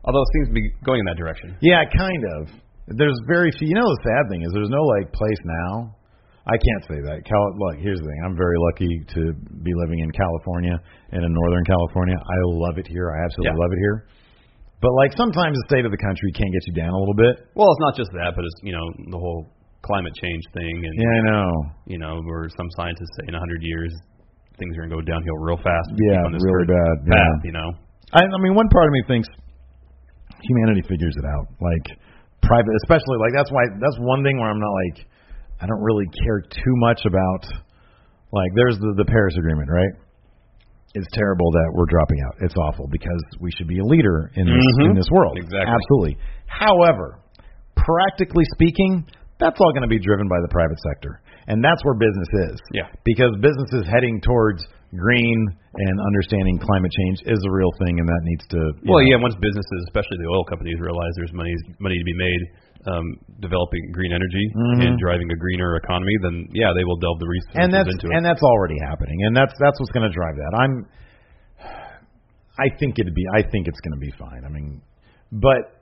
B: Although it seems to be going in that direction.
A: Yeah, kind of. There's very few. You know, the sad thing is there's no like place now. I can't say that. Cal- look, here's the thing. I'm very lucky to be living in California and in Northern California. I love it here. I absolutely
B: Yeah.
A: love it here. But like sometimes the state of the country can get you down a little bit.
B: Well, it's not just that, but it's, you know, the whole climate change thing and,
A: Yeah, I know.
B: you know, where some scientists say in 100 years things are going to go downhill real fast. and
A: Yeah,
B: keep on this
A: really
B: current
A: bad.
B: Path,
A: Yeah.
B: You know?
A: I, I mean, one part of me thinks humanity figures it out. Like private, especially like that's why that's one thing where I'm not like I don't really care too much about. Like there's the the Paris Agreement, right? It's terrible that we're dropping out. It's awful because we should be a leader in this
B: Mhm.
A: in this world.
B: Exactly.
A: Absolutely. However, practically speaking, that's all going to be driven by the private sector, and that's where business is
B: Yeah.
A: because businesses heading towards green and understanding climate change is a real thing, and that needs to. you
B: Well,
A: know,
B: yeah. Once businesses, especially the oil companies, realize there's money money to be made um, developing green energy and driving a greener economy, then yeah, they will delve the resources
A: Mm-hmm. and that's
B: into it.
A: and that's already happening, and that's that's what's going to drive that. I'm. I think it'd be. I think it's going to be fine. I mean, but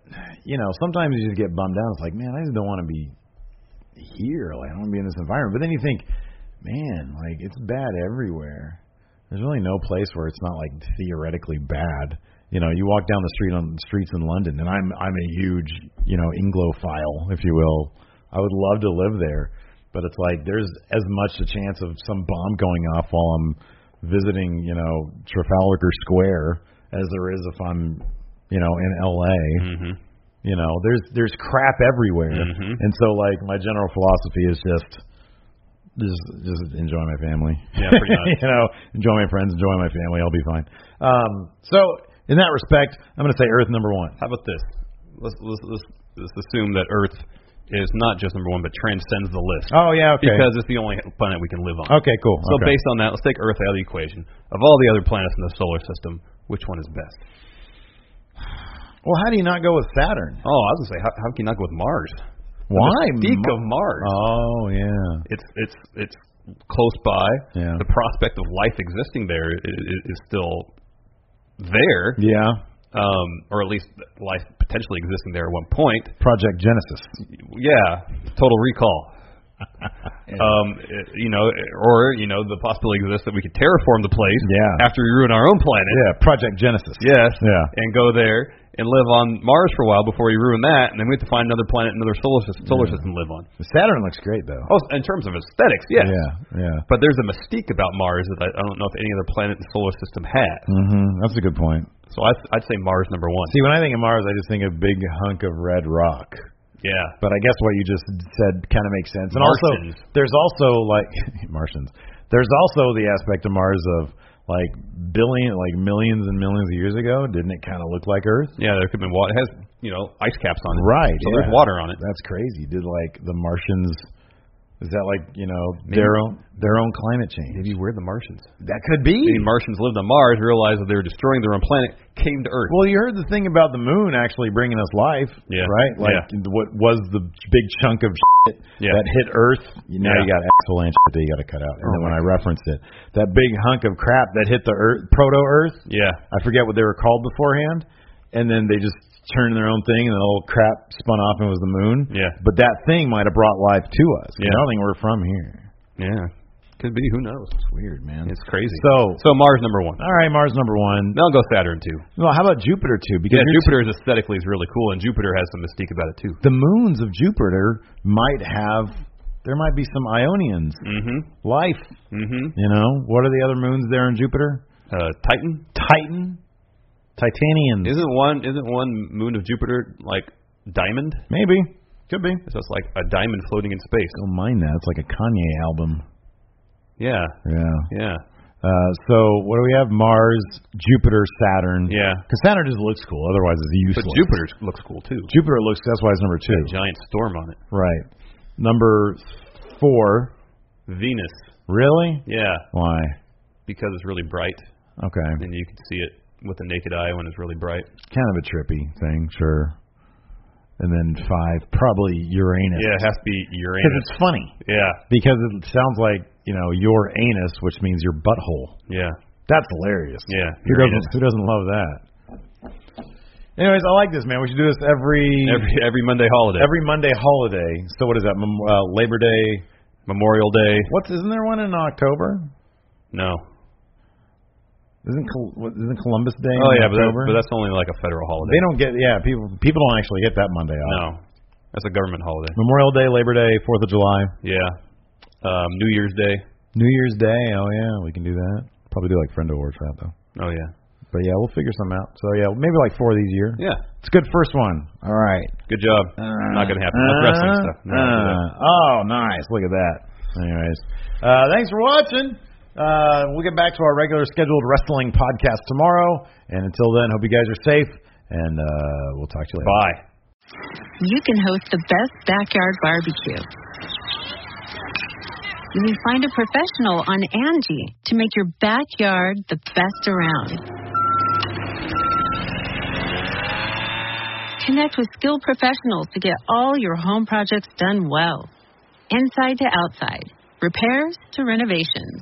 A: you know, sometimes you just get bummed out. It's like, man, I just don't want to be here. Like, I don't want to be in this environment. But then you think, man, like it's bad everywhere. There's really no place where it's not like theoretically bad. You know, you walk down the street on the streets in London, and I'm I'm a huge you know Anglophile, if you will. I would love to live there, but it's like there's as much a chance of some bomb going off while I'm visiting you know Trafalgar Square as there is if I'm you know in L.A.
B: Mhm.
A: You know, there's there's crap everywhere,
B: Mhm.
A: and so like my general philosophy is just just just enjoy my family.
B: Yeah, pretty much.
A: you know, enjoy my friends, enjoy my family. I'll be fine. Um, so in that respect, I'm going to say Earth number one.
B: How about this? Let's, let's let's let's assume that Earth is not just number one, but transcends the list
A: Oh yeah, okay.
B: because it's the only planet we can live on.
A: okay, cool.
B: So
A: okay.
B: based on that, let's take Earth out of the equation. Of all the other planets in the solar system, which one is best?
A: well, how do you not go with Saturn?
B: Oh, I was gonna say, how, how can you not go with Mars?
A: Why?
B: Mystique
A: Mar-
B: of Mars.
A: Oh yeah.
B: uh, it's it's it's close by.
A: Yeah.
B: The prospect of life existing there is, is still there,
A: Yeah.
B: um, or at least life potentially existing there at one point.
A: Project Genesis.
B: Yeah, Total Recall. Um, it- you know, eh, or you know, the possibility exists that we could terraform the place.
A: Yeah.
B: After we ruin our own planet.
A: yeah, Project Genesis.
B: Yes.
A: Yeah.
B: And go there and live on Mars for a while before we ruin that, and then we have to find another planet, another solar system, solar system to live on.
A: Saturn looks great though.
B: Oh, in terms of aesthetics, yes.
A: Yeah, yeah.
B: But there's a mystique about Mars that I, I don't know if any other planet in the solar system has.
A: Mm-hmm. That's a good point.
B: So I, I'd say Mars number one.
A: See, when I think of Mars, I just think of big hunk of red rock.
B: Yeah.
A: But I guess what you just said kind of makes sense. And
B: Martians.
A: also, there's also like Martians. There's also the aspect of Mars of like billion, like millions and millions of years ago. Didn't it kind of look like Earth?
B: Yeah, there could have been water. It has, you know, ice caps on it.
A: Right.
B: So there's
A: yeah.
B: water on it.
A: That's crazy. Did like the Martians? Is that like you know
B: Maybe-
A: their own their own climate change?
B: Maybe we're the Martians.
A: That could be.
B: The Martians lived on Mars, realized that they were destroying their own planet, came to Earth.
A: Well, you heard the thing about the moon actually bringing us life,
B: Yeah.
A: right? Like what was the big chunk of shit
B: Yeah.
A: that hit Earth? You now you
B: Yeah.
A: got
B: Oh,
A: asshole and shit that you got to cut out. And then when I referenced it, that big hunk of crap that hit the Earth, proto Earth,
B: yeah.
A: I forget what they were called beforehand, and then they just turned their own thing, and the whole crap spun off and was the moon.
B: Yeah.
A: But that thing might have brought life to us. 'cause I
B: Yeah.
A: don't think we're from here.
B: Yeah. Could be. Who knows?
A: It's weird, man.
B: It's crazy.
A: So-
B: so Mars number one.
A: all right, Mars number one.
B: Then I'll go Saturn two.
A: Well, how about Jupiter two? Because
B: Yeah,
A: you're
B: Jupiter is aesthetically is really cool, and Jupiter has some mystique about it too.
A: the moons of Jupiter might have there might be some Ionians
B: Mm-hmm.
A: life.
B: Mm-hmm.
A: You know what are the other moons there in Jupiter?
B: Uh, Titan
A: Titan, Titanians,
B: isn't one isn't one moon of Jupiter like diamond?
A: maybe could be.
B: So it's like a diamond floating in space.
A: Don't mind that. It's like a Kanye album.
B: Yeah.
A: Yeah.
B: Yeah.
A: Uh, so what do we have? Mars, Jupiter, Saturn.
B: Yeah.
A: Because Saturn just looks cool. Otherwise, it's
B: But
A: useless.
B: Jupiter looks cool too.
A: Jupiter looks. That's why it's number two.
B: Giant storm on it.
A: Right. Number four.
B: Venus.
A: Really?
B: Yeah.
A: Why?
B: Because it's really bright,
A: Okay.
B: and you can see it with the naked eye when it's really bright.
A: kind of a trippy thing, sure. And then five, probably Uranus.
B: Yeah, it has to be
A: Because
B: Uranus.
A: it's funny.
B: Yeah.
A: Because it sounds like, you know, your anus, which means your butthole.
B: Yeah.
A: That's hilarious.
B: Yeah.
A: Who doesn't who doesn't love that? Anyways, I like this man. We should do this every
B: Every every Monday holiday.
A: every Monday holiday. So what is that? Mem- uh, Labor Day.
B: Memorial Day.
A: What's isn't there one in October?
B: No.
A: Isn't Col- what, isn't Columbus Day?
B: Oh
A: in
B: yeah, but, that,
A: October?
B: but that's only like a federal holiday.
A: they don't get yeah people people don't actually get that Monday off.
B: No. That's a government holiday.
A: Memorial Day, Labor Day, Fourth of July.
B: Yeah. Um, New Year's Day.
A: New Year's Day. Oh yeah, we can do that. Probably do like friend of war trap though.
B: Oh yeah.
A: But yeah, we'll figure something out. So yeah, maybe like four of these year.
B: Yeah.
A: It's a good first one. All right.
B: Good job. Not gonna happen. That's wrestling
A: Uh,
B: stuff. No,
A: uh, oh, nice. Look at that. Anyways, uh, thanks for watching. Uh, we'll get back to our regular scheduled wrestling podcast tomorrow. And until then, hope you guys are safe. And uh, we'll talk to you later.
B: Bye.
C: you can host the best backyard barbecue. You can find a professional on Angie to make your backyard the best around. Connect with skilled professionals to get all your home projects done well. Inside to outside, repairs to renovations.